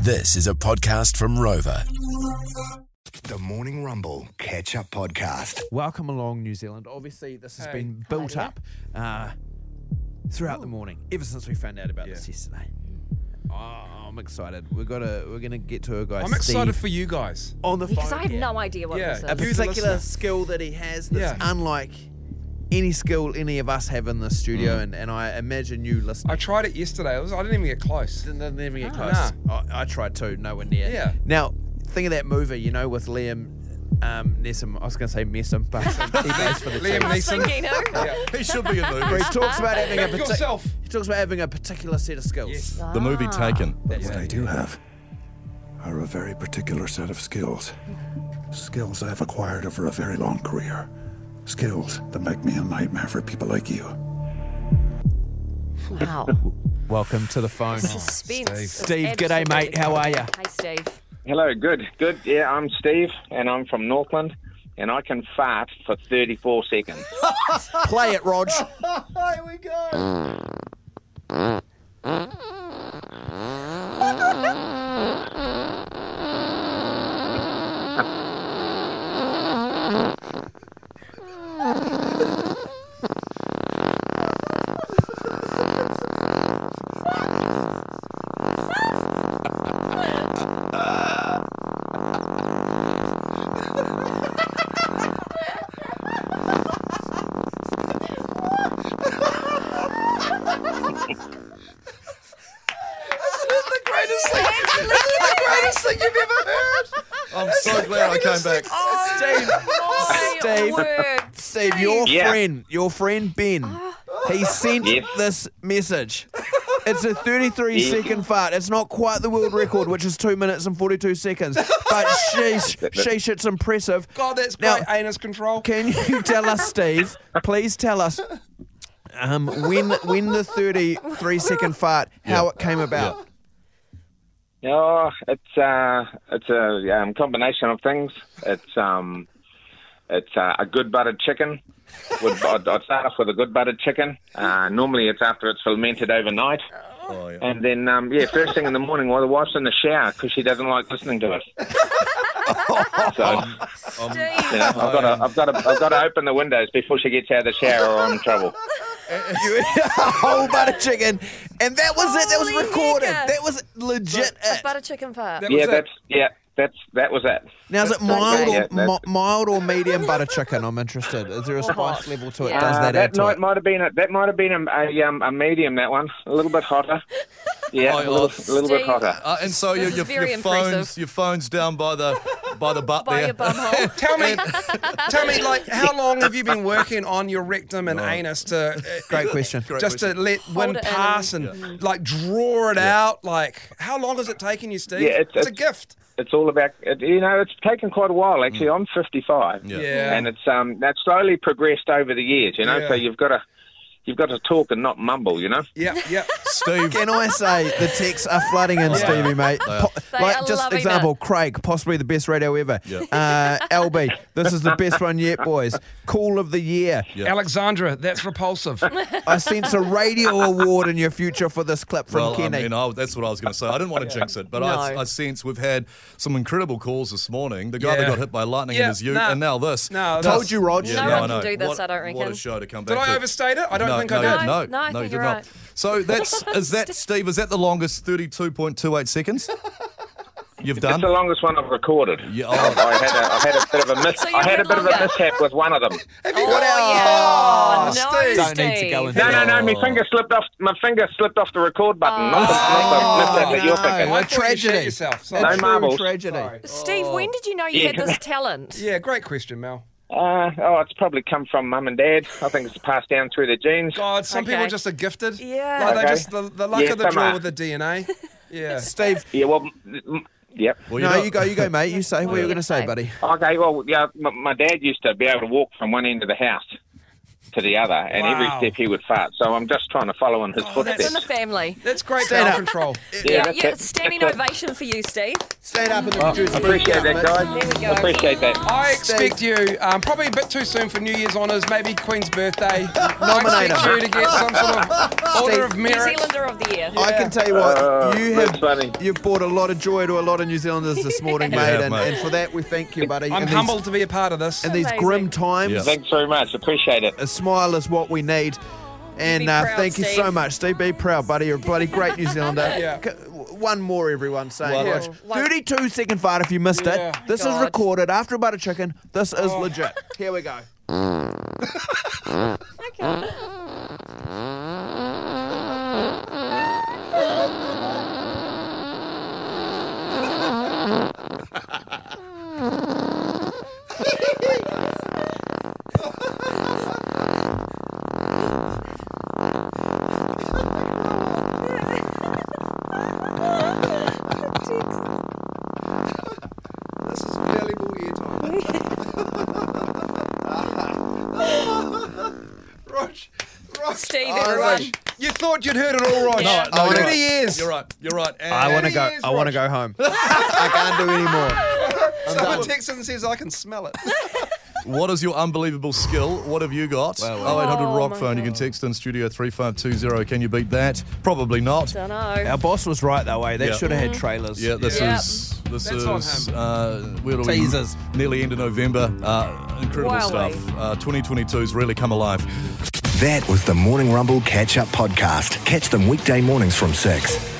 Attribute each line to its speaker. Speaker 1: This is a podcast from Rover.
Speaker 2: The Morning Rumble Catch Up Podcast.
Speaker 3: Welcome along, New Zealand. Obviously, this has been built up uh, throughout the morning, ever since we found out about this yesterday. Oh, I'm excited. We're gonna we're gonna get to a guy.
Speaker 4: I'm excited
Speaker 3: Steve,
Speaker 4: for you guys.
Speaker 3: on the
Speaker 5: Because
Speaker 3: phone.
Speaker 5: I have
Speaker 3: yeah.
Speaker 5: no idea what
Speaker 4: Yeah,
Speaker 5: this
Speaker 3: A
Speaker 4: Who's the
Speaker 5: is.
Speaker 3: particular
Speaker 4: listener?
Speaker 3: skill that he has that's
Speaker 4: Yeah.
Speaker 3: unlike any skill any of us have in the studio, and, and I imagine you listening.
Speaker 4: Mm. I tried it yesterday. It was, I didn't even get close.
Speaker 3: didn't, didn't even get
Speaker 4: Ah.
Speaker 3: close. I, I tried too, nowhere near.
Speaker 4: Yeah.
Speaker 3: Now, think of that movie, you know, with Liam um, Neeson. I was going to say Messam, but he plays for the
Speaker 4: Liam
Speaker 3: team.
Speaker 5: I was
Speaker 4: Neeson.
Speaker 5: thinking, oh.
Speaker 4: Yeah.
Speaker 6: He should be in
Speaker 3: Where
Speaker 6: movies.
Speaker 3: he talks about having a
Speaker 4: Think of
Speaker 3: partic-
Speaker 4: yourself.
Speaker 3: He talks about having a particular set of skills.
Speaker 4: Yes.
Speaker 6: The movie Taken.
Speaker 2: What I do have are a very particular set of skills. Skills I've acquired over a very long career. Skills that make me a nightmare for people like you.
Speaker 5: Wow.
Speaker 3: Welcome to the phone.
Speaker 5: Suspense. is
Speaker 3: Steve, g'day,
Speaker 5: absolutely
Speaker 3: mate. How are you?
Speaker 5: Hey, Steve.
Speaker 7: Hello, good, good. Yeah, I'm Steve, and I'm from Northland, and I can fart for 34 seconds.
Speaker 3: Play it, Rog.
Speaker 6: I'm so glad I came back.
Speaker 3: Oh, Steve,
Speaker 5: My
Speaker 3: Steve,
Speaker 5: word,
Speaker 3: Steve, your
Speaker 7: Yeah.
Speaker 3: friend, your friend Ben,
Speaker 4: Ah.
Speaker 3: he sent
Speaker 7: Yes.
Speaker 3: this message. It's a 33
Speaker 7: Yeah.
Speaker 3: second fart. It's not quite the world record, which is two minutes and 42 seconds. But sheesh, sheesh, it's impressive.
Speaker 4: God, Oh, that's
Speaker 3: Now-
Speaker 4: great anus control.
Speaker 3: Can you tell us, Steve? Please tell us um, when when the 33 second fart, how it came about.
Speaker 7: Oh, it's uh, it's a um, combination of things. It's um, it's uh, a good buttered chicken. Would, I'd, I'd start off with a good buttered chicken. Uh, normally, it's after it's fermented overnight,
Speaker 6: Oh, yeah.
Speaker 7: and then um, yeah, first thing in the morning while the wife's in the shower because she doesn't like listening to it. So you
Speaker 5: Steve.
Speaker 7: know, I've got to I've got to I've got to open the windows before she gets out of the shower, or I'm in trouble.
Speaker 3: You ate a whole butter chicken, and that was it. That was
Speaker 5: Holy
Speaker 3: recorded.
Speaker 5: hecker.
Speaker 3: That was legit.
Speaker 5: A
Speaker 3: It.
Speaker 5: butter chicken fart.
Speaker 4: That
Speaker 7: Yeah,
Speaker 4: was it.
Speaker 7: that's yeah, that's that was it.
Speaker 3: Now, is it mild
Speaker 7: Yeah,
Speaker 3: or
Speaker 7: that's-
Speaker 3: mi- mild or medium butter chicken? I'm interested. Is there a spice level to it?
Speaker 5: Yeah.
Speaker 3: Does
Speaker 7: Uh,
Speaker 3: that, add to
Speaker 7: night
Speaker 3: it?
Speaker 7: might have been a, that might have been a, a, um, a medium. That one, a little bit hotter. Yeah,
Speaker 6: Oh,
Speaker 7: a little,
Speaker 6: oh.
Speaker 7: a little bit
Speaker 5: Steve.
Speaker 7: hotter.
Speaker 6: Uh, and
Speaker 2: oh,
Speaker 6: so your,
Speaker 5: This
Speaker 6: your,
Speaker 5: is very
Speaker 6: your phone's
Speaker 5: impressive.
Speaker 6: your phone's down by the by the butt
Speaker 5: By
Speaker 6: there.
Speaker 5: your bum hole.
Speaker 4: Tell me, tell me, like, how long have you been working on your rectum and anus to uh,
Speaker 3: Great question.
Speaker 6: Great
Speaker 4: just to let
Speaker 5: Hold
Speaker 4: wind
Speaker 5: it in.
Speaker 4: pass and like draw it out? Like, how long has it taken you, Steve?
Speaker 7: Yeah, it's-
Speaker 4: it's a
Speaker 7: it's-
Speaker 4: gift.
Speaker 7: It's all about it, you know. It's taken quite a while actually. I'm 55,
Speaker 6: Mm. Yeah.
Speaker 4: Yeah.
Speaker 7: and it's um that's slowly progressed over the years. You know,
Speaker 4: Yeah.
Speaker 7: so you've got to you've got to talk and not mumble. You know.
Speaker 4: Yeah, yeah.
Speaker 6: Steve,
Speaker 3: Can I say the texts are flooding in, Stevie, mate? Po-
Speaker 5: They
Speaker 3: like,
Speaker 5: are
Speaker 3: just
Speaker 5: loving
Speaker 3: example, Craig, possibly the best radio ever. Uh, LB, this is the best one yet, boys. Call of the year.
Speaker 6: Yeah.
Speaker 4: Alexandra, that's repulsive.
Speaker 3: I sense a radio award in your future for this clip from
Speaker 6: well, I
Speaker 3: Kenny.
Speaker 6: mean, I, that's what I was going to say. I didn't want to jinx it, but I,
Speaker 5: No.
Speaker 6: I sense we've had some incredible calls this morning. The guy that
Speaker 4: Yeah.
Speaker 6: got hit by lightning
Speaker 4: Yeah,
Speaker 6: in his ute,
Speaker 4: nah.
Speaker 6: and now this.
Speaker 4: No,
Speaker 6: This-
Speaker 4: Told
Speaker 3: you, Rog.
Speaker 5: No
Speaker 6: I
Speaker 5: one can
Speaker 6: know.
Speaker 5: do this,
Speaker 6: What-
Speaker 5: I don't
Speaker 6: What a
Speaker 5: reckon.
Speaker 6: show to come back
Speaker 4: Did I
Speaker 6: to.
Speaker 4: overstate it? I don't
Speaker 6: no,
Speaker 4: think
Speaker 6: no,
Speaker 4: I
Speaker 6: you
Speaker 4: did.
Speaker 6: didn't.
Speaker 5: No,
Speaker 6: No,
Speaker 5: no, I
Speaker 6: no,
Speaker 5: think
Speaker 6: you
Speaker 5: you're
Speaker 6: did
Speaker 5: right.
Speaker 6: not. So that's is that Steve? Is that the longest thirty-two point two eight seconds you've
Speaker 7: It's
Speaker 6: done?
Speaker 7: the longest one I've recorded.
Speaker 6: Yeah, oh.
Speaker 7: I had a, I had a bit of a mis-
Speaker 5: So you
Speaker 7: I had a
Speaker 5: had
Speaker 7: bit of a
Speaker 5: longer.
Speaker 7: mishap with one of them.
Speaker 4: Have you
Speaker 5: Oh,
Speaker 4: got
Speaker 5: yeah.
Speaker 4: out?
Speaker 5: no,
Speaker 4: Oh, Steve.
Speaker 5: Steve.
Speaker 3: Don't need to go into
Speaker 7: No, no, no. My
Speaker 6: Oh.
Speaker 7: finger slipped off. My finger slipped off the record button. Not the,
Speaker 4: Oh.
Speaker 7: not the mishap that you're picking.
Speaker 4: I
Speaker 3: a
Speaker 4: thought you shit
Speaker 3: tragedy.
Speaker 4: yourself.
Speaker 3: A
Speaker 4: No
Speaker 3: true
Speaker 7: marbles.
Speaker 3: tragedy.
Speaker 5: Steve, when did you know you
Speaker 7: Yeah.
Speaker 5: had this talent?
Speaker 4: Yeah, great question, Mel.
Speaker 7: Uh, oh, it's probably come from mum and dad. I think it's passed down through their genes.
Speaker 4: God, some people
Speaker 5: Okay.
Speaker 4: just are gifted.
Speaker 5: Yeah.
Speaker 4: Like they
Speaker 7: Okay.
Speaker 4: just the, the luck
Speaker 7: Yeah,
Speaker 4: of the
Speaker 7: some
Speaker 4: draw
Speaker 7: are.
Speaker 4: with the DNA. Yeah.
Speaker 3: Steve,
Speaker 7: Yeah, well, m- m- yep.
Speaker 6: Well, you're
Speaker 3: no,
Speaker 6: not-
Speaker 3: you go, you go, mate. You say what
Speaker 5: Yeah.
Speaker 3: you're going to say, buddy.
Speaker 7: Okay, well, yeah, m- my dad used to be able to walk from one end of the house to the other, and every
Speaker 4: Wow. Oh,
Speaker 7: step he would fart. So I'm just trying to follow in his
Speaker 4: that's
Speaker 5: It's
Speaker 7: footsteps.
Speaker 5: in the family.
Speaker 4: That's great
Speaker 3: Stand
Speaker 4: bowel
Speaker 3: up.
Speaker 4: control.
Speaker 7: yeah,
Speaker 5: Yeah,
Speaker 7: that's
Speaker 5: yeah,
Speaker 7: it.
Speaker 5: standing
Speaker 7: That's it.
Speaker 5: ovation for you, Steve.
Speaker 3: Stayed up in the producer.
Speaker 7: Appreciate that,
Speaker 5: There we
Speaker 7: guys.
Speaker 5: go.
Speaker 7: Appreciate that.
Speaker 4: I expect you, um, probably a bit too soon for New Year's honours, maybe Queen's birthday. I expect you to get some sort of order of
Speaker 5: New
Speaker 4: merit.
Speaker 5: Zealander of the year.
Speaker 3: I can tell you what,
Speaker 7: Uh,
Speaker 3: you
Speaker 7: that's
Speaker 3: have
Speaker 7: funny.
Speaker 3: you've brought a lot of joy to a lot of New Zealanders this morning,
Speaker 6: Yeah,
Speaker 3: mate, and,
Speaker 6: mate.
Speaker 3: and for that we thank you, buddy.
Speaker 4: I'm
Speaker 3: in
Speaker 4: humbled
Speaker 3: These,
Speaker 4: to be a part of this.
Speaker 3: in these
Speaker 5: Amazing.
Speaker 3: grim times,
Speaker 6: Yeah.
Speaker 7: Thanks very much. Appreciate it.
Speaker 3: a smile is what we need. And
Speaker 5: Be
Speaker 3: uh,
Speaker 5: proud,
Speaker 3: thank you so
Speaker 5: Steve.
Speaker 3: much, Steve. Be proud, buddy. You're a bloody great New Zealander.
Speaker 4: Yeah.
Speaker 3: C- w- One more, everyone. Saying
Speaker 5: One.
Speaker 3: watch.
Speaker 5: Oh, one.
Speaker 3: 32 second fight if you missed
Speaker 4: Yeah.
Speaker 3: it. This is
Speaker 5: God.
Speaker 3: recorded after a butter chicken. This is legit. Oh. Here we go. This is valuable airtime. Rosh, Rosh.
Speaker 5: Steve, everyone.
Speaker 4: You thought you'd heard it all right.
Speaker 5: Yeah.
Speaker 6: No, you're
Speaker 4: 30
Speaker 6: right.
Speaker 4: years.
Speaker 6: You're right. You're right. And
Speaker 3: I want to go.
Speaker 4: Yes,
Speaker 3: I want to go home. I can't do any more.
Speaker 4: Someone texts in and says, I can smell it.
Speaker 6: What is your unbelievable skill? What have you got? Oh,
Speaker 3: well.
Speaker 6: 0800
Speaker 5: Oh,
Speaker 6: Rock
Speaker 5: my
Speaker 6: Phone. You can
Speaker 5: God.
Speaker 6: text in Studio 3520. Can you beat that? Probably not.
Speaker 5: Don't know.
Speaker 3: Our boss was right that way. They
Speaker 6: Yeah.
Speaker 3: should have
Speaker 5: Mm-hmm.
Speaker 3: had trailers.
Speaker 6: Yeah, this
Speaker 5: Yeah.
Speaker 6: is this
Speaker 4: That's on
Speaker 6: is
Speaker 4: him.
Speaker 6: uh, we're already
Speaker 3: Teasers.
Speaker 6: Nearly end of November. Uh, incredible
Speaker 5: Wowee.
Speaker 6: stuff. Uh, 2022's really come alive.
Speaker 1: That was the Morning Rumble Catch Up Podcast. Catch them weekday mornings from 6.